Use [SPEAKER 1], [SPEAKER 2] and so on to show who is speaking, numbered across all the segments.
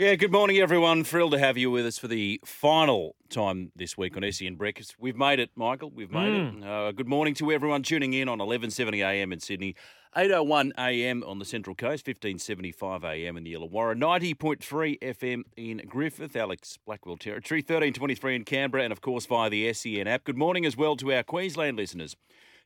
[SPEAKER 1] Yeah, good morning, everyone. Thrilled to have you with us for the final time this week on SEN Breakfast. We've made it, Michael. We've made it. Uh, good morning to everyone tuning in on 11:70 a.m. in Sydney, 8:01 a.m. on the Central Coast, 15:75 a.m. in the Illawarra, 90.3 FM in Griffith, Alex Blackwell territory, 13:23 in Canberra, and of course via the SEN app. Good morning as well to our Queensland listeners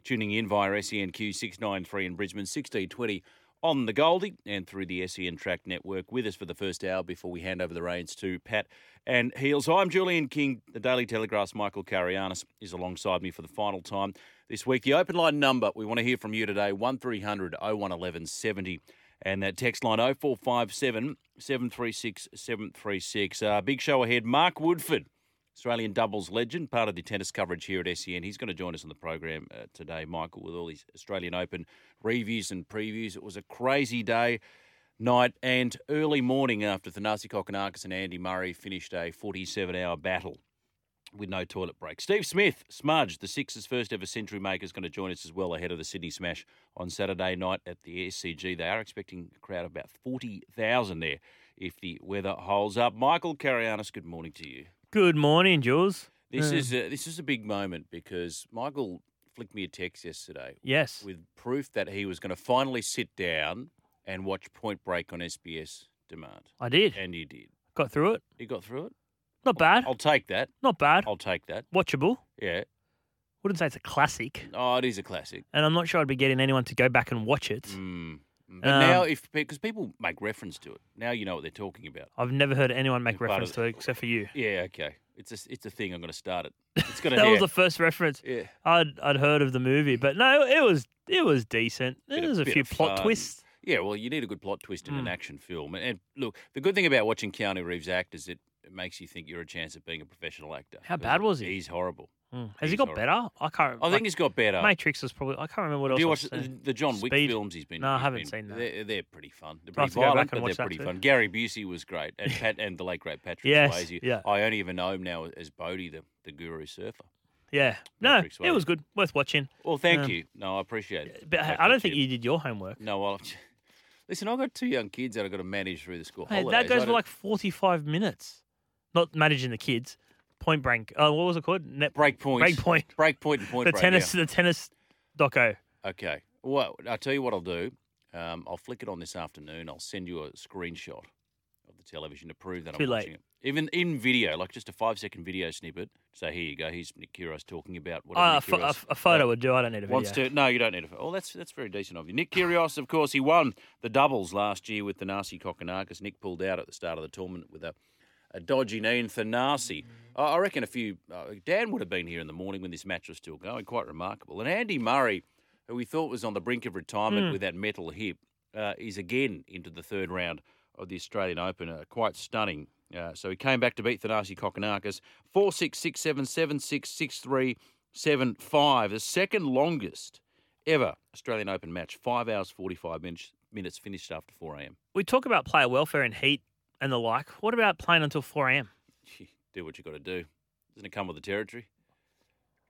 [SPEAKER 1] tuning in via E SENQ 693 in Brisbane, 1620 on the Goldie and through the SEN Track Network with us for the first hour before we hand over the reins to Pat and Heels. I'm Julian King. The Daily Telegraph's Michael Carianis is alongside me for the final time this week. The open line number, we want to hear from you today, 1300 0111 70. And that text line 0457 736 736. Uh, big show ahead. Mark Woodford Australian doubles legend, part of the tennis coverage here at SEN. He's going to join us on the program uh, today, Michael, with all his Australian Open reviews and previews. It was a crazy day, night, and early morning after Thanasi Kokonakis and Andy Murray finished a 47 hour battle with no toilet break. Steve Smith, Smudge, the Sixers' first ever century maker, is going to join us as well ahead of the Sydney Smash on Saturday night at the SCG. They are expecting a crowd of about 40,000 there if the weather holds up. Michael Carianis, good morning to you.
[SPEAKER 2] Good morning, Jules.
[SPEAKER 1] This
[SPEAKER 2] Yeah.
[SPEAKER 1] is a, this is a big moment because Michael flicked me a text yesterday
[SPEAKER 2] Yes.
[SPEAKER 1] with proof that he was going to finally sit down and watch Point Break on SBS demand,
[SPEAKER 2] I did.
[SPEAKER 1] and he did.
[SPEAKER 2] Got through it.
[SPEAKER 1] He got through it.
[SPEAKER 2] Not bad.
[SPEAKER 1] I'll take that.
[SPEAKER 2] Not bad.
[SPEAKER 1] I'll take that.
[SPEAKER 2] Watchable.
[SPEAKER 1] Yeah.
[SPEAKER 2] Wouldn't say it's a classic.
[SPEAKER 1] Oh, it is a classic.
[SPEAKER 2] And I'm not sure I'd be getting anyone to go back and watch it.
[SPEAKER 1] Mm. But now,
[SPEAKER 2] Um,
[SPEAKER 1] if because people make reference to it, now you know what they're talking about.
[SPEAKER 2] I've never heard anyone make
[SPEAKER 1] Part of
[SPEAKER 2] reference
[SPEAKER 1] the-
[SPEAKER 2] to it except for you.
[SPEAKER 1] Yeah. Okay. It's a it's a thing. I'm going to start it. It's going to.
[SPEAKER 2] That was the first reference
[SPEAKER 1] yeah.
[SPEAKER 2] I'd I'd heard of the movie, but no, it was it was decent. There
[SPEAKER 1] Bit of-
[SPEAKER 2] was a
[SPEAKER 1] bit
[SPEAKER 2] few
[SPEAKER 1] of
[SPEAKER 2] plot
[SPEAKER 1] fun.
[SPEAKER 2] twists.
[SPEAKER 1] Yeah, well, you need a good plot twist in an
[SPEAKER 2] Mm.
[SPEAKER 1] action film. And, and look, the good thing about watching Keanu Reeves act is it, it makes you think you're a chance at being a professional actor.
[SPEAKER 2] How
[SPEAKER 1] 'Cause
[SPEAKER 2] bad was he?
[SPEAKER 1] He's horrible.
[SPEAKER 2] Mm. Has
[SPEAKER 1] He's
[SPEAKER 2] he got
[SPEAKER 1] alright.
[SPEAKER 2] better? I can't.
[SPEAKER 1] I think
[SPEAKER 2] like,
[SPEAKER 1] he's got better.
[SPEAKER 2] Matrix was probably. I can't remember what else.
[SPEAKER 1] Do you
[SPEAKER 2] I've
[SPEAKER 1] watch the,
[SPEAKER 2] seen.
[SPEAKER 1] the John Wick
[SPEAKER 2] Speed.
[SPEAKER 1] films he's been
[SPEAKER 2] No, I
[SPEAKER 1] he's
[SPEAKER 2] haven't
[SPEAKER 1] been-
[SPEAKER 2] seen that.
[SPEAKER 1] They're, they're pretty fun. They're
[SPEAKER 2] I'll
[SPEAKER 1] pretty
[SPEAKER 2] have to go back
[SPEAKER 1] violent,
[SPEAKER 2] and
[SPEAKER 1] but they're
[SPEAKER 2] watch that
[SPEAKER 1] pretty
[SPEAKER 2] too.
[SPEAKER 1] fun. Gary Busey was great, and Pat and the late great Patrick
[SPEAKER 2] Yes,
[SPEAKER 1] Swayze.
[SPEAKER 2] yeah.
[SPEAKER 1] I only even know him now as Bodie, the, the guru surfer.
[SPEAKER 2] Yeah. No,
[SPEAKER 1] Matrix,
[SPEAKER 2] it
[SPEAKER 1] wasn't
[SPEAKER 2] was good. Worth watching.
[SPEAKER 1] Well, thank
[SPEAKER 2] Um, eh,
[SPEAKER 1] you. No, I appreciate it.
[SPEAKER 2] But
[SPEAKER 1] Thank
[SPEAKER 2] I don't think
[SPEAKER 1] Chip.
[SPEAKER 2] you did your homework.
[SPEAKER 1] No, well, listen, I've got two young kids that I've got to manage through the school
[SPEAKER 2] Hey,
[SPEAKER 1] holidays.
[SPEAKER 2] that
[SPEAKER 1] I
[SPEAKER 2] goes for
[SPEAKER 1] don't-
[SPEAKER 2] like 45 minutes. Not managing the kids. Point Blank. Oh, what was it called? Net
[SPEAKER 1] break point.
[SPEAKER 2] Break Point.
[SPEAKER 1] Break point and point
[SPEAKER 2] the
[SPEAKER 1] break. yeah.
[SPEAKER 2] tennis, the tennis doco.
[SPEAKER 1] Okay. Well, I'll tell you what I'll do. Um, I'll flick it on this afternoon. I'll send you a screenshot of the television to prove that
[SPEAKER 2] Too
[SPEAKER 1] I'm
[SPEAKER 2] late.
[SPEAKER 1] watching it. Even in video, like just a five second video snippet. So here you go. Here's Nick Kyrgios talking about what
[SPEAKER 2] Uh, a, pho- a f- a photo would do. I don't need a video.
[SPEAKER 1] wants to. No, you don't need a. Oh, that's that's very decent of you. Nick Kyrgios, of course, he won the doubles last year with Thanasi Kokonakis. Nick pulled out at the start of the tournament with a, a dodgy knee, and Thanasi. I I reckon a few. Uh, Dan would have been here in the morning when this match was still going. Quite remarkable. And Andy Murray, who we thought was on the brink of retirement with that metal hip, uh, is again into the third round of the Australian Open. Uh, quite stunning. Uh, so he came back to beat Thanasi Kokonakis 4 6 6 7 7 6 6 3 7 5, the second longest ever Australian Open match, 5 hours 45 minutes, minutes finished after 4 a.m.
[SPEAKER 2] We talk about player welfare and heat and the like. What about playing until 4 a.m.?
[SPEAKER 1] Gee, Do what you got to do. Doesn't it come with the territory?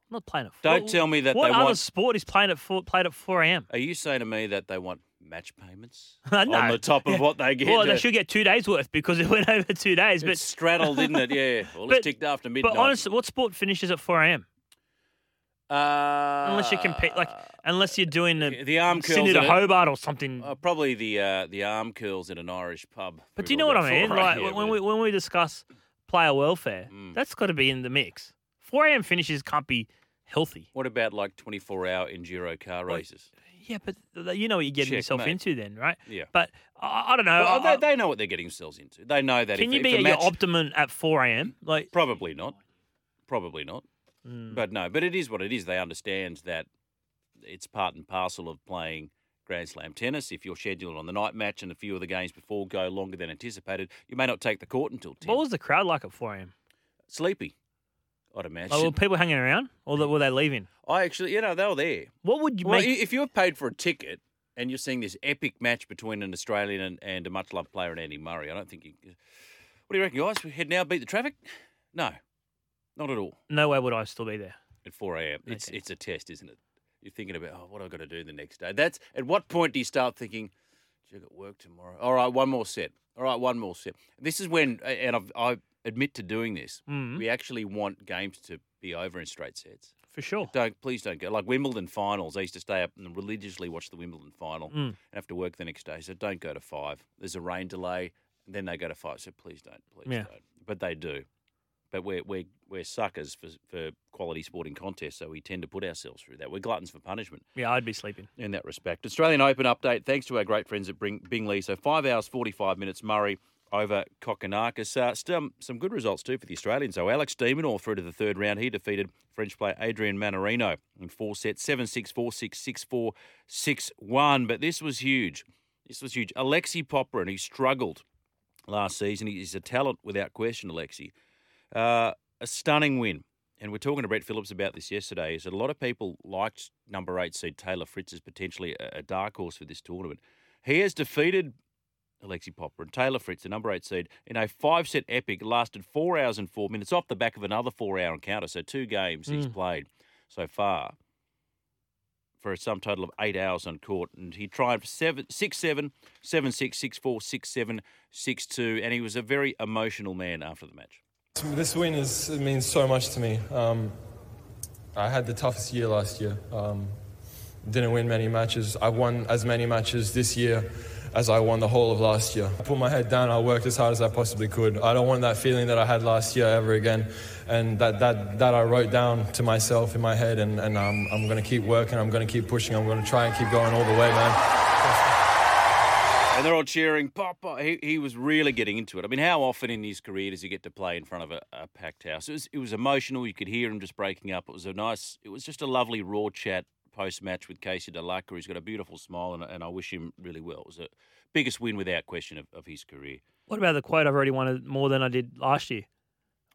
[SPEAKER 2] I'm not playing at 4
[SPEAKER 1] Don't tell me that
[SPEAKER 2] What
[SPEAKER 1] they
[SPEAKER 2] other
[SPEAKER 1] want-
[SPEAKER 2] sport is playing at 4, played at 4 a.m.?
[SPEAKER 1] Are you saying to me that they want match payments
[SPEAKER 2] No.
[SPEAKER 1] on the top of
[SPEAKER 2] Yeah.
[SPEAKER 1] what they get?
[SPEAKER 2] Well,
[SPEAKER 1] Uh,
[SPEAKER 2] they should get two days worth because it went over two days.
[SPEAKER 1] It's
[SPEAKER 2] But,
[SPEAKER 1] straddled, isn't it? Yeah. Well,
[SPEAKER 2] But-
[SPEAKER 1] it's ticked after midnight.
[SPEAKER 2] but honestly, what sport finishes at 4 a.m.?
[SPEAKER 1] uh,
[SPEAKER 2] Unless you compete, like, unless you're doing the,
[SPEAKER 1] the arm curls eh?
[SPEAKER 2] Sydney to
[SPEAKER 1] in it.
[SPEAKER 2] Hobart or something.
[SPEAKER 1] Uh, probably the uh, the arm curls in an Irish pub.
[SPEAKER 2] But
[SPEAKER 1] We've
[SPEAKER 2] do you
[SPEAKER 1] all
[SPEAKER 2] know what
[SPEAKER 1] got
[SPEAKER 2] I mean?
[SPEAKER 1] four,
[SPEAKER 2] Like
[SPEAKER 1] yeah,
[SPEAKER 2] when
[SPEAKER 1] with-
[SPEAKER 2] we when we discuss player welfare,
[SPEAKER 1] Mm.
[SPEAKER 2] that's got to be in the mix. 4 a.m. finishes can't be healthy.
[SPEAKER 1] What about like 24 hour enduro car
[SPEAKER 2] Well,
[SPEAKER 1] races?
[SPEAKER 2] Yeah, but th- you know what you're getting yourself
[SPEAKER 1] Checkmate.
[SPEAKER 2] into then, right?
[SPEAKER 1] Yeah.
[SPEAKER 2] But I, I don't know.
[SPEAKER 1] Well,
[SPEAKER 2] I-
[SPEAKER 1] they, they know what they're getting themselves into. They know that
[SPEAKER 2] uh,
[SPEAKER 1] if,
[SPEAKER 2] can you
[SPEAKER 1] if
[SPEAKER 2] be
[SPEAKER 1] a
[SPEAKER 2] at
[SPEAKER 1] match,
[SPEAKER 2] your optimum at 4 a.m.? Like,
[SPEAKER 1] probably not, probably not.
[SPEAKER 2] Hmm.
[SPEAKER 1] But no, but it is what it is. They understand that it's part and parcel of playing Grand Slam tennis. If you're scheduled on the night match and a few of the games before go longer than anticipated, you may not take the court until 10.
[SPEAKER 2] What was the crowd like at 4 a.m.?
[SPEAKER 1] Sleepy, I'd imagine.
[SPEAKER 2] Like, were people hanging around or were they leaving?
[SPEAKER 1] I actually, you know, they were there.
[SPEAKER 2] What would you
[SPEAKER 1] Well, i
[SPEAKER 2] make?
[SPEAKER 1] if you've paid for a ticket and you're seeing this epic match between an Australian and, and a much loved player, and Andy Murray, I don't think you. What do you reckon, guys? We head now, beat the traffic? No, not at all.
[SPEAKER 2] no way would I still be there.
[SPEAKER 1] At 4 a.m. It's
[SPEAKER 2] Okay.
[SPEAKER 1] it's a test, isn't it? You're thinking about oh, what I've got to do the next day. That's at what point do you start thinking, gee, I've got work tomorrow. All right, one more set. All right, one more set. This is when, and I've, I admit to doing this.
[SPEAKER 2] Mm,
[SPEAKER 1] We actually want games to be over in straight sets.
[SPEAKER 2] for sure.
[SPEAKER 1] Don't please don't go. Like Wimbledon finals, I used to stay up and religiously watch the Wimbledon final
[SPEAKER 2] Mm.
[SPEAKER 1] and have to work the next day. So don't go to five. There's a rain delay, and then they go to five. So please don't, please
[SPEAKER 2] Yeah.
[SPEAKER 1] don't. But they do. But we're we're we're suckers for for quality sporting contests, so we tend to put ourselves through that. We're gluttons for punishment
[SPEAKER 2] Yeah, I'd be sleeping.
[SPEAKER 1] in that respect. Australian Open update, thanks to our great friends at Bring, Bingley. So five hours, 45 minutes, Murray over Kokonakis. Uh, some, some good results too for the Australians, though. Alex Demonor through to the third round. He defeated French player Adrian Manarino in four sets, 7-6, 4-6, 6-4, 6-1. But this was huge. This was huge. Alexi Popperin, he struggled last season. He's a talent without question, Alexi. Uh, a stunning win. And we're talking to Brett Phillips about this yesterday. Is that a lot of people liked number eight seed Taylor Fritz as potentially a, a dark horse for this tournament. He has defeated Alexi Popper and Taylor Fritz, the number eight seed, in a five set epic. Lasted four hours and four minutes off the back of another four hour encounter. So two games he's
[SPEAKER 2] Mm.
[SPEAKER 1] played so far for a sum total of eight hours on court. And he tried for seven, six, seven, seven, six, six, four, six, seven, six, two. And he was a very emotional man after the match.
[SPEAKER 3] This win is it means so much to me. Um, I had the toughest year last year. Um, didn't win many matches. I won as many matches this year as I won the whole of last year. I put my head down. I worked as hard as I possibly could. I don't want that feeling that I had last year ever again. And that that, that I wrote down to myself in my head. And, and I'm, I'm going to keep working. I'm going to keep pushing. I'm going to try and keep going all the way, man.
[SPEAKER 1] And they're all cheering. Papa, he, he was really getting into it. I mean, how often in his career does he get to play in front of a, a packed house? It was, it was emotional. You could hear him just breaking up. It was a nice. It was just a lovely raw chat post match with Casey Delacroix. He's got a beautiful smile, and, and I wish him really well. It was the biggest win without question of, of his career.
[SPEAKER 2] What about the quote? I've already wanted more than I did last year.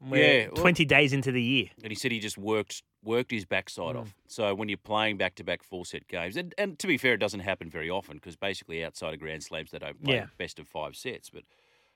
[SPEAKER 2] We're
[SPEAKER 1] Yeah, well-
[SPEAKER 2] 20 days into the year.
[SPEAKER 1] and he said he just worked worked his backside
[SPEAKER 2] Hmm.
[SPEAKER 1] off. So when you're playing back to back four set games, and, and to be fair, it doesn't happen very often because basically outside of Grand Slams they don't play
[SPEAKER 2] Yeah.
[SPEAKER 1] best of five sets. But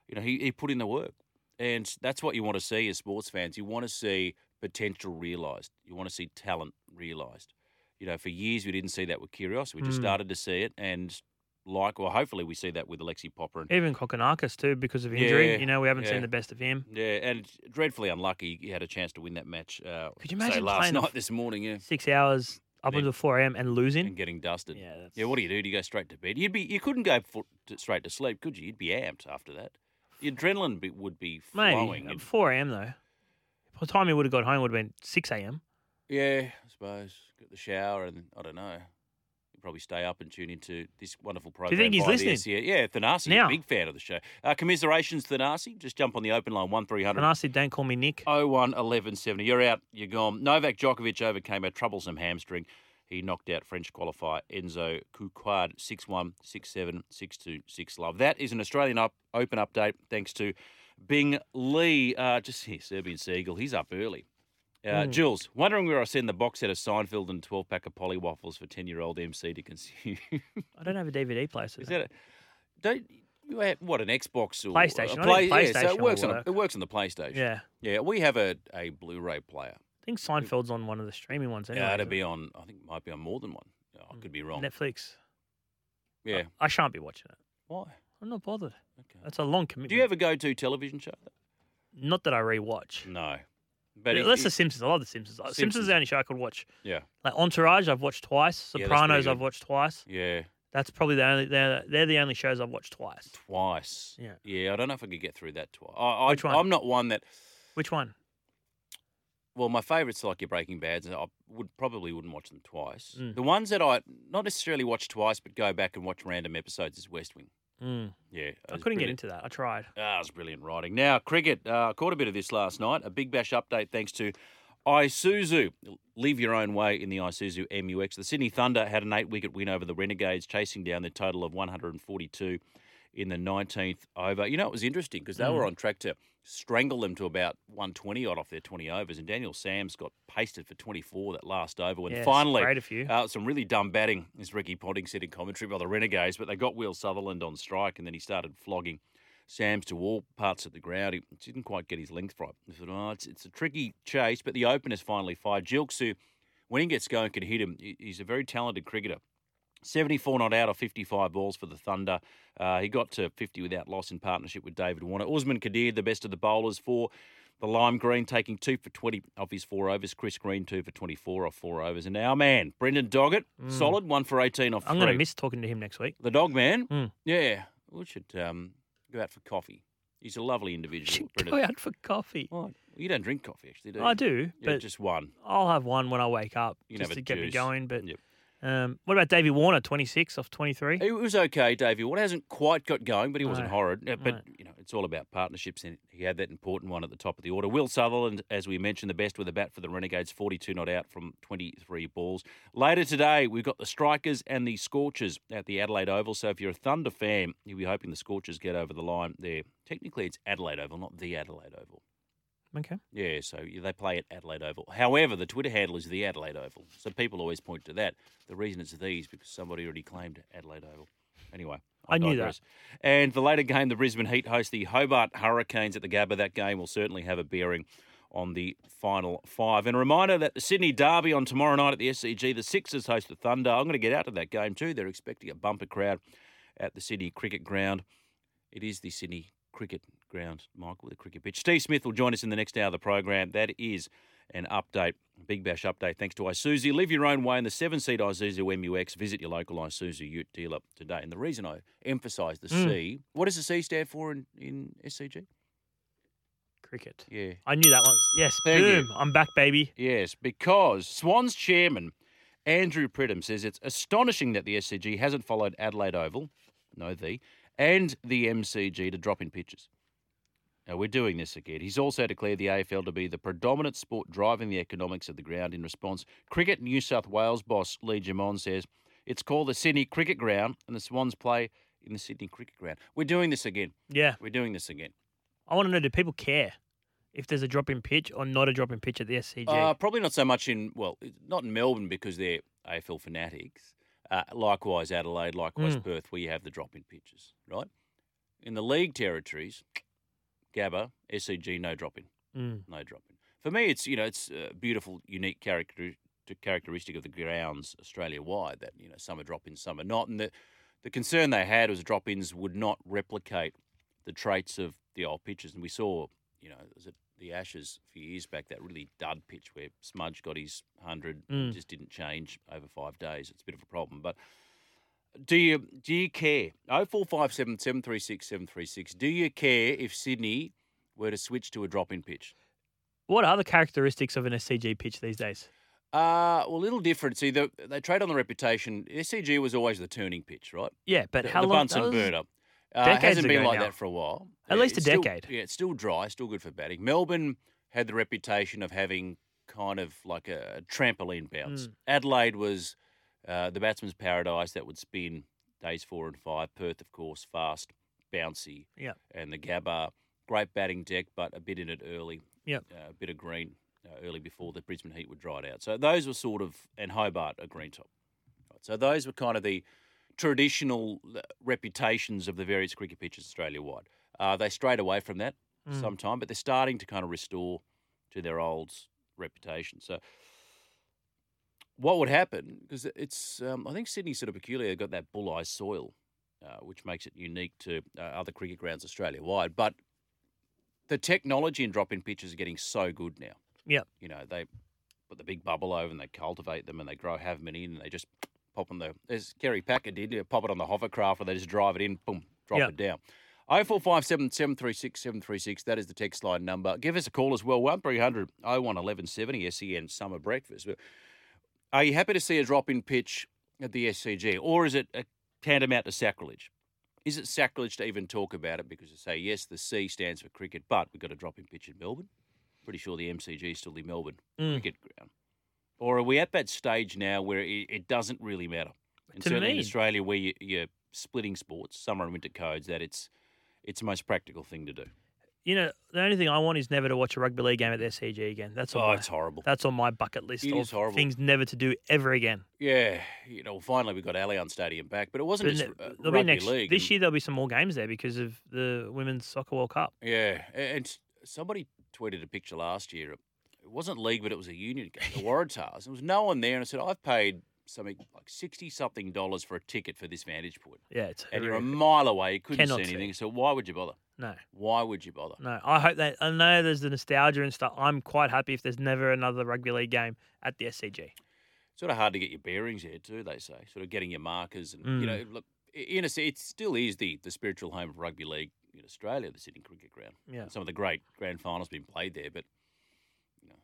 [SPEAKER 1] you know he, he put in the work, and that's what you want to see as sports fans. You want to see potential realised. You want to see talent realised. You know, for years we didn't see that with Kyrgios. We just
[SPEAKER 2] Mm.
[SPEAKER 1] started to see it, and like, well, hopefully we see that with Alexi Popper. And,
[SPEAKER 2] Even Kokonakis, too, because of injury.
[SPEAKER 1] Yeah,
[SPEAKER 2] you know, we haven't
[SPEAKER 1] yeah.
[SPEAKER 2] seen the best of him.
[SPEAKER 1] yeah, and dreadfully unlucky he had a chance to win that match. Uh,
[SPEAKER 2] Could you
[SPEAKER 1] say,
[SPEAKER 2] imagine
[SPEAKER 1] last
[SPEAKER 2] playing a-
[SPEAKER 1] night, this morning? Yeah.
[SPEAKER 2] Six hours up
[SPEAKER 1] Then-
[SPEAKER 2] until 4 a.m. and losing.
[SPEAKER 1] and getting dusted.
[SPEAKER 2] Yeah, that's-
[SPEAKER 1] what do you do? Do you go straight to bed? You'd be you couldn't go for, to, straight to sleep, could you? You'd be amped after that. Your adrenaline be, would be
[SPEAKER 2] Maybe.
[SPEAKER 1] flowing.
[SPEAKER 2] At
[SPEAKER 1] and-
[SPEAKER 2] 4 a.m., though. By the time he would have got home, would have been 6 a.m.
[SPEAKER 1] yeah, I suppose. Get the shower and I don't know. You probably stay up and tune into this wonderful program.
[SPEAKER 2] you think he's
[SPEAKER 1] via the
[SPEAKER 2] listening?
[SPEAKER 1] SEN. Yeah, Thanasi,
[SPEAKER 2] Now.
[SPEAKER 1] big fan of the show. Uh, commiserations, Thanasi. Just jump on the open line one three
[SPEAKER 2] And
[SPEAKER 1] hundred.
[SPEAKER 2] I said, don't call me Nick.
[SPEAKER 1] 01 11 70. You're out. You're gone. Novak Djokovic overcame a troublesome hamstring. He knocked out French qualifier Enzo Kuquad 6 1, 6 7, 6 2, 6 love. That is an Australian up, Open update thanks to Bing Lee. Uh, just here, Serbian Seagull. He's up early. Uh,
[SPEAKER 2] Hmm.
[SPEAKER 1] Jules, wondering where I send the box set of Seinfeld and 12 pack of Polly waffles for 10 year old MC to consume.
[SPEAKER 2] I don't have a DVD player. So
[SPEAKER 1] is that a. Don't. You had, what an Xbox or
[SPEAKER 2] PlayStation.
[SPEAKER 1] A
[SPEAKER 2] I think
[SPEAKER 1] yeah, so
[SPEAKER 2] PlayStation
[SPEAKER 1] it
[SPEAKER 2] will
[SPEAKER 1] works on a-
[SPEAKER 2] work.
[SPEAKER 1] it works on the PlayStation.
[SPEAKER 2] yeah.
[SPEAKER 1] Yeah, we have a, a Blu-ray player.
[SPEAKER 2] I think Seinfeld's on one of the streaming ones anyway.
[SPEAKER 1] yeah,
[SPEAKER 2] isn't
[SPEAKER 1] it'll
[SPEAKER 2] it?
[SPEAKER 1] be on. I think it might be on more than one. Yeah, I could be wrong.
[SPEAKER 2] Netflix.
[SPEAKER 1] yeah.
[SPEAKER 2] I shan't be watching it.
[SPEAKER 1] Why?
[SPEAKER 2] I'm not bothered.
[SPEAKER 1] Okay.
[SPEAKER 2] That's a long commitment.
[SPEAKER 1] Do you have a go-to television show?
[SPEAKER 2] Not that I rewatch.
[SPEAKER 1] No. Mm, But
[SPEAKER 2] Unless
[SPEAKER 1] it-
[SPEAKER 2] That's
[SPEAKER 1] it-
[SPEAKER 2] The Simpsons. I love The Simpsons. Simpsons. Simpsons
[SPEAKER 1] Simpsons.
[SPEAKER 2] is the only show I could watch.
[SPEAKER 1] yeah,
[SPEAKER 2] Like Entourage, I've watched twice.
[SPEAKER 1] Yeah, that's pretty
[SPEAKER 2] Sopranos,
[SPEAKER 1] good.
[SPEAKER 2] I've watched twice.
[SPEAKER 1] yeah,
[SPEAKER 2] That's probably the only they're, they're the only shows I've watched twice.
[SPEAKER 1] twice.
[SPEAKER 2] Yeah.
[SPEAKER 1] yeah. I don't know if I could get through that twice. I, I,
[SPEAKER 2] Which one?
[SPEAKER 1] I'm not one that.
[SPEAKER 2] Which one?
[SPEAKER 1] Well, my favourites are like your Breaking Bad's, and I would probably wouldn't watch them twice.
[SPEAKER 2] Mm.
[SPEAKER 1] The ones that I not necessarily watch twice, but go back and watch random episodes is West Wing.
[SPEAKER 2] Mm.
[SPEAKER 1] Yeah,
[SPEAKER 2] I couldn't get into that. I tried.
[SPEAKER 1] Ah, it's brilliant writing. Now, cricket. Uh, I caught a bit of this last night. A big bash update thanks to Isuzu. Live your own way in the Isuzu MUX. The Sydney Thunder had an eight wicket win over the Renegades, chasing down their total of 142 in the 19th over. You know, it was interesting because they were on track to strangle them to about 120 odd off their 20 overs, and Daniel Sams got pasted for 24 that last over. When
[SPEAKER 2] Yeah,
[SPEAKER 1] finally,
[SPEAKER 2] sprayed a few.
[SPEAKER 1] uh, some really dumb batting, as Ricky Ponting said in commentary by the Renegades, but they got Will Sutherland on strike, and then he started flogging Sam's to all parts of the ground. He didn't quite get his length right. I said, oh, it's, it's a tricky chase, but the openers finally fired. Jilks, who, when he gets going, can hit him. He- He's a very talented cricketer. 74 not out of 55 balls for the Thunder. Uh, he got to 50 without loss in partnership with David Warner. Usman Kadir, the best of the bowlers for the Lime Green, taking two for 20 off his four overs. Chris Green, two for 24 off four overs. And our man, Brendan Doggett, solid, one for 18 off
[SPEAKER 2] Mm. I'm
[SPEAKER 1] three.
[SPEAKER 2] going to miss talking to him next week.
[SPEAKER 1] The dog man?
[SPEAKER 2] Mm.
[SPEAKER 1] Yeah. We should um, go out for coffee. He's a lovely individual.
[SPEAKER 2] Go
[SPEAKER 1] Brendan.
[SPEAKER 2] out for coffee.
[SPEAKER 1] Well, you don't drink coffee, actually, do you?
[SPEAKER 2] oh, I do,
[SPEAKER 1] Yeah,
[SPEAKER 2] but
[SPEAKER 1] just one.
[SPEAKER 2] I'll have one when I wake up
[SPEAKER 1] You can
[SPEAKER 2] just
[SPEAKER 1] have
[SPEAKER 2] to
[SPEAKER 1] a
[SPEAKER 2] get me
[SPEAKER 1] juice.
[SPEAKER 2] going. But
[SPEAKER 1] Yep.
[SPEAKER 2] um, what about Davey Warner, 26 off 23?
[SPEAKER 1] It was okay, Davey. What hasn't quite got going, but he wasn't
[SPEAKER 2] No.
[SPEAKER 1] horrid. Uh, But
[SPEAKER 2] Right.
[SPEAKER 1] you know, it's all about partnerships, and he had that important one at the top of the order. Will Sutherland, as we mentioned, the best with a bat for the Renegades, forty-two not out from twenty-three balls. Later today, we've got the Strikers and the Scorchers at the Adelaide Oval. So if you're a Thunder fan, you'll be hoping the Scorchers get over the line there. Technically, it's Adelaide Oval, not the Adelaide Oval.
[SPEAKER 2] Okay.
[SPEAKER 1] Yeah, so they play at Adelaide Oval. However, the Twitter handle is the Adelaide Oval, so people always point to that. The reason it's these because somebody already claimed Adelaide Oval. Anyway, I,
[SPEAKER 2] I knew that.
[SPEAKER 1] digress. And the later game, the Brisbane Heat host the Hobart Hurricanes at the Gabba. That game will certainly have a bearing on the final five. And a reminder that the Sydney Derby on tomorrow night at the SCG, the Sixers host the Thunder. I'm going to get out to that game too. They're expecting a bumper crowd at the Sydney Cricket Ground. It is the Sydney Cricket Ground, Michael, the cricket pitch. Steve Smith will join us in the next hour of the program. That is an update, a Big Bash update. Thanks to Isuzu. Live your own way in the seven seat Isuzu MUX. Visit your local Isuzu Ute dealer today. And the reason I emphasise the
[SPEAKER 2] Mm.
[SPEAKER 1] C, what does the C stand for in, in SCG?
[SPEAKER 2] Cricket.
[SPEAKER 1] Yeah.
[SPEAKER 2] I knew that one. Yes,
[SPEAKER 1] Thank you.
[SPEAKER 2] boom. I'm back, baby.
[SPEAKER 1] Yes, because Swans chairman Andrew Pridham says it's astonishing that the SCG hasn't followed Adelaide Oval, no the, and the MCG to drop in pitches. Now we're doing this again. He's also declared the AFL to be the predominant sport driving the economics of the ground in response. Cricket New South Wales boss Lee Jamon says it's called the Sydney Cricket Ground and the Swans play in the Sydney Cricket Ground. We're doing this again.
[SPEAKER 2] Yeah.
[SPEAKER 1] We're doing this again.
[SPEAKER 2] I want to know do people care if there's a drop in pitch or not a drop in pitch at the SCG?
[SPEAKER 1] Uh, probably not so much in well, not in Melbourne because they're AFL fanatics. Uh, likewise, Adelaide, likewise
[SPEAKER 2] Mm.
[SPEAKER 1] Perth, where you have the drop-in pitches, right? In the league territories, Gabba, SCG, no drop-in,
[SPEAKER 2] Mm.
[SPEAKER 1] no drop-in. For me, it's you know it's a beautiful, unique character characteristic of the grounds Australia wide that you know some are drop-in, some are not, and the the concern they had was drop-ins would not replicate the traits of the old pitches, and we saw, you know, was it the Ashes a few years back that really dud pitch where Smudge got his hundred,
[SPEAKER 2] Mm.
[SPEAKER 1] just didn't change over five days. It's a bit of a problem, but do you do you care? Oh four five seven seven three six seven three six. Do you care if Sydney were to switch to a drop-in pitch?
[SPEAKER 2] What are the characteristics of an SCG pitch these days?
[SPEAKER 1] Uh, well, little different. See, the, they trade on the reputation. SCG was always the turning pitch, right?
[SPEAKER 2] Yeah, but
[SPEAKER 1] the,
[SPEAKER 2] how
[SPEAKER 1] the
[SPEAKER 2] long?
[SPEAKER 1] Bunsen
[SPEAKER 2] that was-
[SPEAKER 1] burner. Uh,
[SPEAKER 2] decades
[SPEAKER 1] hasn't been
[SPEAKER 2] ago
[SPEAKER 1] like
[SPEAKER 2] now.
[SPEAKER 1] that for a while.
[SPEAKER 2] At least a
[SPEAKER 1] it's still-
[SPEAKER 2] decade.
[SPEAKER 1] yeah, it's still dry, still good for batting. Melbourne had the reputation of having kind of like a trampoline bounce.
[SPEAKER 2] Hmm.
[SPEAKER 1] Adelaide was uh, the batsman's paradise that would spin days four and five. Perth, of course, fast, bouncy,
[SPEAKER 2] Yeah.
[SPEAKER 1] and the Gabba, great batting deck, but a bit in it early.
[SPEAKER 2] Yep.
[SPEAKER 1] uh, a bit of green uh, early before the Brisbane Heat were dried out. So those were sort of, and Hobart a green top. Right, so those were kind of the traditional uh, reputations of the various cricket pitches Australia wide. Uh, they strayed away from that sometime, but they're starting to kind of restore to their old reputation. So what would happen? Because it's, um, I think Sydney's sort of peculiar. They've got that bull eye soil, uh, which makes it unique to uh, other cricket grounds Australia wide. But the technology in drop-in pitches are getting so good now.
[SPEAKER 2] Yep.
[SPEAKER 1] You know, they put the big bubble over and they cultivate them and they grow, have them in, and they just pop them the, as Kerry Packer did, you pop it on the hovercraft or they just drive it in, boom, drop
[SPEAKER 2] Yep.
[SPEAKER 1] it down. 0457 736 736, that is the text line number. Give us a call as well, 1300 01 1170 SEN E Summer Breakfast. But Are you happy to see a drop in pitch at the SCG or is it a tantamount to sacrilege? Is it sacrilege to even talk about it because you say, yes, the C stands for cricket, but we've got a drop in pitch in Melbourne? Pretty sure the MCG is still the Melbourne
[SPEAKER 2] Mm.
[SPEAKER 1] Cricket Ground. Or are we at that stage now where it, it doesn't really matter? And
[SPEAKER 2] To
[SPEAKER 1] certainly in
[SPEAKER 2] me-
[SPEAKER 1] Australia, where you, you're splitting sports, summer and winter codes, that it's it's the most practical thing to do.
[SPEAKER 2] You know, the only thing I want is never to watch a rugby league game at the SCG again. That's on
[SPEAKER 1] Oh,
[SPEAKER 2] my,
[SPEAKER 1] it's horrible.
[SPEAKER 2] That's on my bucket list
[SPEAKER 1] It
[SPEAKER 2] of
[SPEAKER 1] is horrible.
[SPEAKER 2] things never to do ever again.
[SPEAKER 1] Yeah, you know, finally we got Allianz Stadium back, but it wasn't
[SPEAKER 2] But
[SPEAKER 1] just
[SPEAKER 2] ne-
[SPEAKER 1] uh,
[SPEAKER 2] there'll be
[SPEAKER 1] rugby
[SPEAKER 2] next-
[SPEAKER 1] league.
[SPEAKER 2] This
[SPEAKER 1] and-
[SPEAKER 2] year there'll be some more games there because of the women's soccer World Cup.
[SPEAKER 1] Yeah, a- and s- somebody tweeted a picture last year. It wasn't league, but it was a union game, the Waratahs. There was no one there, and I said, I've paid something like sixty something dollars for a ticket for this vantage point,
[SPEAKER 2] Yeah, it's
[SPEAKER 1] and you're a
[SPEAKER 2] horrific.
[SPEAKER 1] mile away. You couldn't see
[SPEAKER 2] Cannot see.
[SPEAKER 1] anything. So why would you bother?
[SPEAKER 2] no,
[SPEAKER 1] Why would you bother?
[SPEAKER 2] no. I hope that I know there's the nostalgia and stuff. I'm quite happy if there's never another rugby league game at the SCG.
[SPEAKER 1] Sort of hard to get your bearings here too. They say sort of getting your markers, and you
[SPEAKER 2] Mm.
[SPEAKER 1] know, look, i- in a sense, it still is the the spiritual home of rugby league in Australia, the Sydney Cricket Ground.
[SPEAKER 2] Yeah,
[SPEAKER 1] Some of the great grand finals being played there, but you know,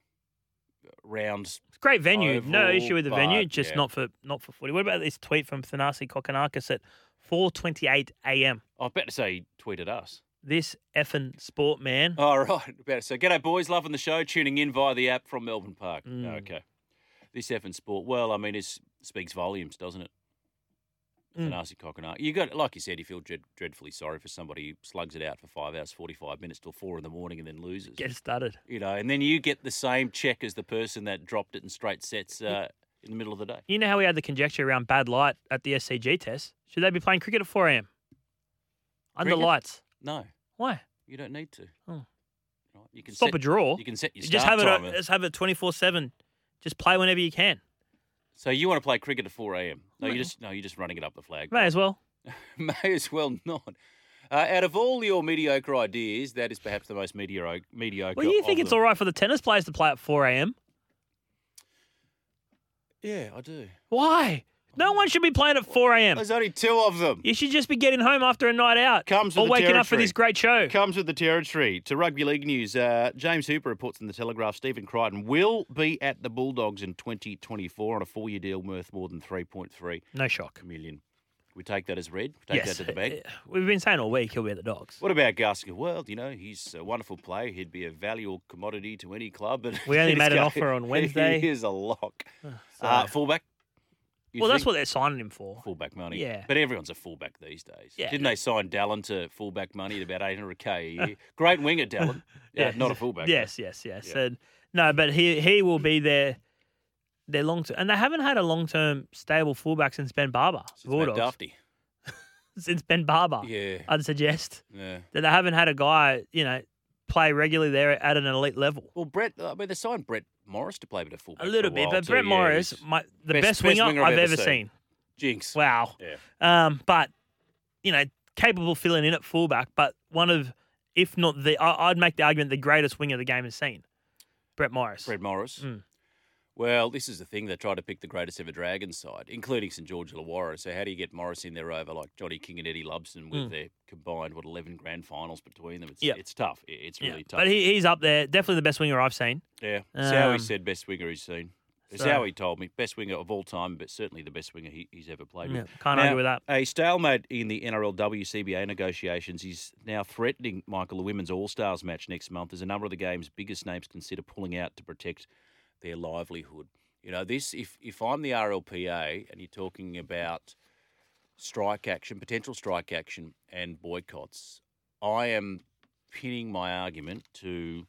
[SPEAKER 1] rounds
[SPEAKER 2] it's a great venue. no
[SPEAKER 1] Oval,
[SPEAKER 2] issue with the venue,
[SPEAKER 1] but,
[SPEAKER 2] just
[SPEAKER 1] yeah.
[SPEAKER 2] not for not for footy. What about this tweet from Thanasi Kokonakis at 4:28 a.m.
[SPEAKER 1] I was about to say he tweeted us.
[SPEAKER 2] This effing sport man.
[SPEAKER 1] All right, About to say, g'day boys, loving the show, tuning in via the app from Melbourne Park.
[SPEAKER 2] Mm.
[SPEAKER 1] Okay. This effing sport, well, I mean, this speaks volumes, doesn't it?
[SPEAKER 2] Mm.
[SPEAKER 1] Mm. Nasty coconut. You got, like you said, you feel dread, dreadfully sorry for somebody who slugs it out for five hours, forty-five minutes till four in the morning, and then loses.
[SPEAKER 2] Get started.
[SPEAKER 1] You know, and then you get the same check as the person that dropped it in straight sets uh, in the middle of the day.
[SPEAKER 2] You know how we had the conjecture around bad light at the SCG test? Should they be playing cricket at 4 a.m. under
[SPEAKER 1] Cricket?
[SPEAKER 2] lights?
[SPEAKER 1] No,
[SPEAKER 2] Why?
[SPEAKER 1] you don't need to.
[SPEAKER 2] Oh.
[SPEAKER 1] Right, You can
[SPEAKER 2] Stop
[SPEAKER 1] set,
[SPEAKER 2] a draw.
[SPEAKER 1] You can set your
[SPEAKER 2] You just
[SPEAKER 1] start
[SPEAKER 2] have it. uh,
[SPEAKER 1] time.
[SPEAKER 2] o- Just have it twenty four seven. Just play whenever you can.
[SPEAKER 1] So you want to play cricket at four a.m.? No, you
[SPEAKER 2] Mate.
[SPEAKER 1] just no, you're just running it up the flag.
[SPEAKER 2] May as well.
[SPEAKER 1] May as well not. Uh, out of all your mediocre ideas, that is perhaps the most mediocre. mediocre
[SPEAKER 2] Well, you think
[SPEAKER 1] of
[SPEAKER 2] it's
[SPEAKER 1] them.
[SPEAKER 2] all right for the tennis players to play at four a.m.
[SPEAKER 1] Yeah, I do.
[SPEAKER 2] Why? No one should be playing at four a.m.
[SPEAKER 1] There's only two of them.
[SPEAKER 2] You should just be getting home after a night out,
[SPEAKER 1] Comes with
[SPEAKER 2] or
[SPEAKER 1] the
[SPEAKER 2] waking up for
[SPEAKER 1] territory.
[SPEAKER 2] this great show.
[SPEAKER 1] Comes with the territory. To rugby league news, uh, James Hooper reports in the Telegraph Stephen Crichton will be at the Bulldogs in 2024 on a four-year deal worth more than 3.3
[SPEAKER 2] No shock.
[SPEAKER 1] million. We take that as read. Take
[SPEAKER 2] yes,
[SPEAKER 1] that to the bank.
[SPEAKER 2] Uh, we've been saying all week he'll be at the dogs.
[SPEAKER 1] What about Gasker? Well, you know, he's a wonderful player. He'd be a valuable commodity to any club. But
[SPEAKER 2] We only
[SPEAKER 1] he's
[SPEAKER 2] made an
[SPEAKER 1] go-
[SPEAKER 2] offer on Wednesday.
[SPEAKER 1] He is a lock.
[SPEAKER 2] So-
[SPEAKER 1] Uh, fullback. You
[SPEAKER 2] well, that's
[SPEAKER 1] think?
[SPEAKER 2] what they're signing him for.
[SPEAKER 1] fullback money.
[SPEAKER 2] Yeah.
[SPEAKER 1] but everyone's a fullback these days.
[SPEAKER 2] Yeah.
[SPEAKER 1] Didn't they sign Dallin to fullback money at about eight hundred k a year? Great winger, Dallin. Yeah, not a fullback.
[SPEAKER 2] Yes, yes, yes.
[SPEAKER 1] Yeah.
[SPEAKER 2] And no, but he he will be their their long term, and they haven't had a long term stable fullback since Ben Barber.
[SPEAKER 1] Since Matt
[SPEAKER 2] Bulldogs.
[SPEAKER 1] Dufty.
[SPEAKER 2] since Ben Barber.
[SPEAKER 1] Yeah,
[SPEAKER 2] I'd suggest
[SPEAKER 1] yeah.
[SPEAKER 2] that they haven't had a guy, you know, play regularly there at an elite level.
[SPEAKER 1] Well, Brett. I mean, they signed Brett Morris to play a bit of fullback.
[SPEAKER 2] A
[SPEAKER 1] for
[SPEAKER 2] little bit,
[SPEAKER 1] while
[SPEAKER 2] but
[SPEAKER 1] too.
[SPEAKER 2] Brett
[SPEAKER 1] Yeah,
[SPEAKER 2] Morris,
[SPEAKER 1] he's-
[SPEAKER 2] my, the
[SPEAKER 1] best- best
[SPEAKER 2] best, winger,
[SPEAKER 1] winger
[SPEAKER 2] I've, ever seen.
[SPEAKER 1] jinx.
[SPEAKER 2] Wow.
[SPEAKER 1] Yeah.
[SPEAKER 2] Um, but you know, capable filling in at fullback, but one of, if not the, I, I'd make the argument the greatest winger the game has seen, Brett Morris.
[SPEAKER 1] Fred Morris.
[SPEAKER 2] Mm.
[SPEAKER 1] Well, this is the thing. They try to pick the greatest ever Dragons side, including St George Illawarra. So how do you get Morris in there over like Johnny King and Eddie Lubson with
[SPEAKER 2] Mm.
[SPEAKER 1] their combined what eleven grand finals between them? It's
[SPEAKER 2] Yep.
[SPEAKER 1] it's tough. I- It's
[SPEAKER 2] Yeah,
[SPEAKER 1] really tough.
[SPEAKER 2] but he, he's up there, definitely the best winger I've seen.
[SPEAKER 1] yeah, it's how he
[SPEAKER 2] Um,
[SPEAKER 1] said best winger he's seen. It's
[SPEAKER 2] so-
[SPEAKER 1] how he told me best winger of all time, but certainly the best winger he, he's ever played
[SPEAKER 2] Yeah,
[SPEAKER 1] with.
[SPEAKER 2] can't
[SPEAKER 1] Now,
[SPEAKER 2] argue with that.
[SPEAKER 1] A stalemate in the NRLW CBA negotiations is now threatening Michael the women's All Stars match next month as a number of the game's biggest names consider pulling out to protect their livelihood. You know, this if if I'm the RLPA and you're talking about strike action, potential strike action and boycotts, I am pinning my argument to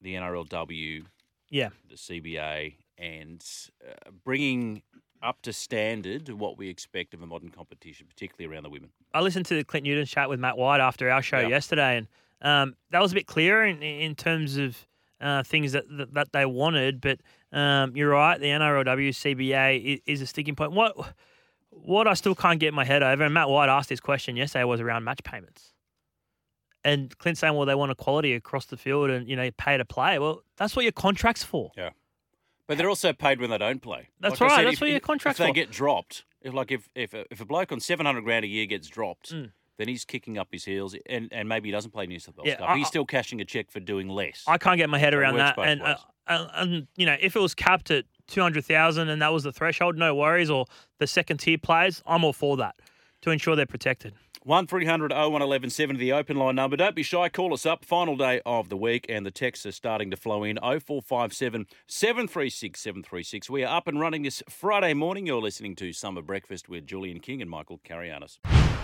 [SPEAKER 1] the NRLW
[SPEAKER 2] Yeah,
[SPEAKER 1] the CBA and uh, bringing up to standard what we expect of a modern competition, particularly around the women.
[SPEAKER 2] I listened to the Clint Newton chat with Matt White after our show
[SPEAKER 1] Yeah.
[SPEAKER 2] yesterday, and um, that was a bit clearer in, in terms of uh, things that, that that they wanted. But um, you're right, the NRLW CBA is, is a sticking point. What what I still can't get my head over, and Matt White asked this question yesterday, was around match payments. And Clint saying, well, they want equality across the field and, you know, pay to play. Well, that's what your contract's for.
[SPEAKER 1] But they're also paid when they don't play.
[SPEAKER 2] That's
[SPEAKER 1] I
[SPEAKER 2] right,
[SPEAKER 1] said,
[SPEAKER 2] that's
[SPEAKER 1] if-
[SPEAKER 2] what your
[SPEAKER 1] if-
[SPEAKER 2] contract's
[SPEAKER 1] If they
[SPEAKER 2] for.
[SPEAKER 1] get dropped, if like if if a, if a bloke on seven hundred grand a year gets dropped.
[SPEAKER 2] Mm.
[SPEAKER 1] Then he's kicking up his heels, and, and maybe he doesn't play New South Wales
[SPEAKER 2] Yeah,
[SPEAKER 1] Cup.
[SPEAKER 2] I-
[SPEAKER 1] He's still cashing a check for doing less.
[SPEAKER 2] I can't get my head
[SPEAKER 1] So it
[SPEAKER 2] around
[SPEAKER 1] works
[SPEAKER 2] that.
[SPEAKER 1] both
[SPEAKER 2] And, uh,
[SPEAKER 1] ways.
[SPEAKER 2] and and you know, if it was capped at two hundred thousand and that was the threshold, no worries. Or the second tier players, I'm all for that to ensure they're protected.
[SPEAKER 1] 1300 01170, the open line number. Don't be shy, call us up. Final day of the week, and the texts are starting to flow in 0457 736 736. We are up and running this Friday morning. You're listening to Summer Breakfast with Julian King and Michael Carianis.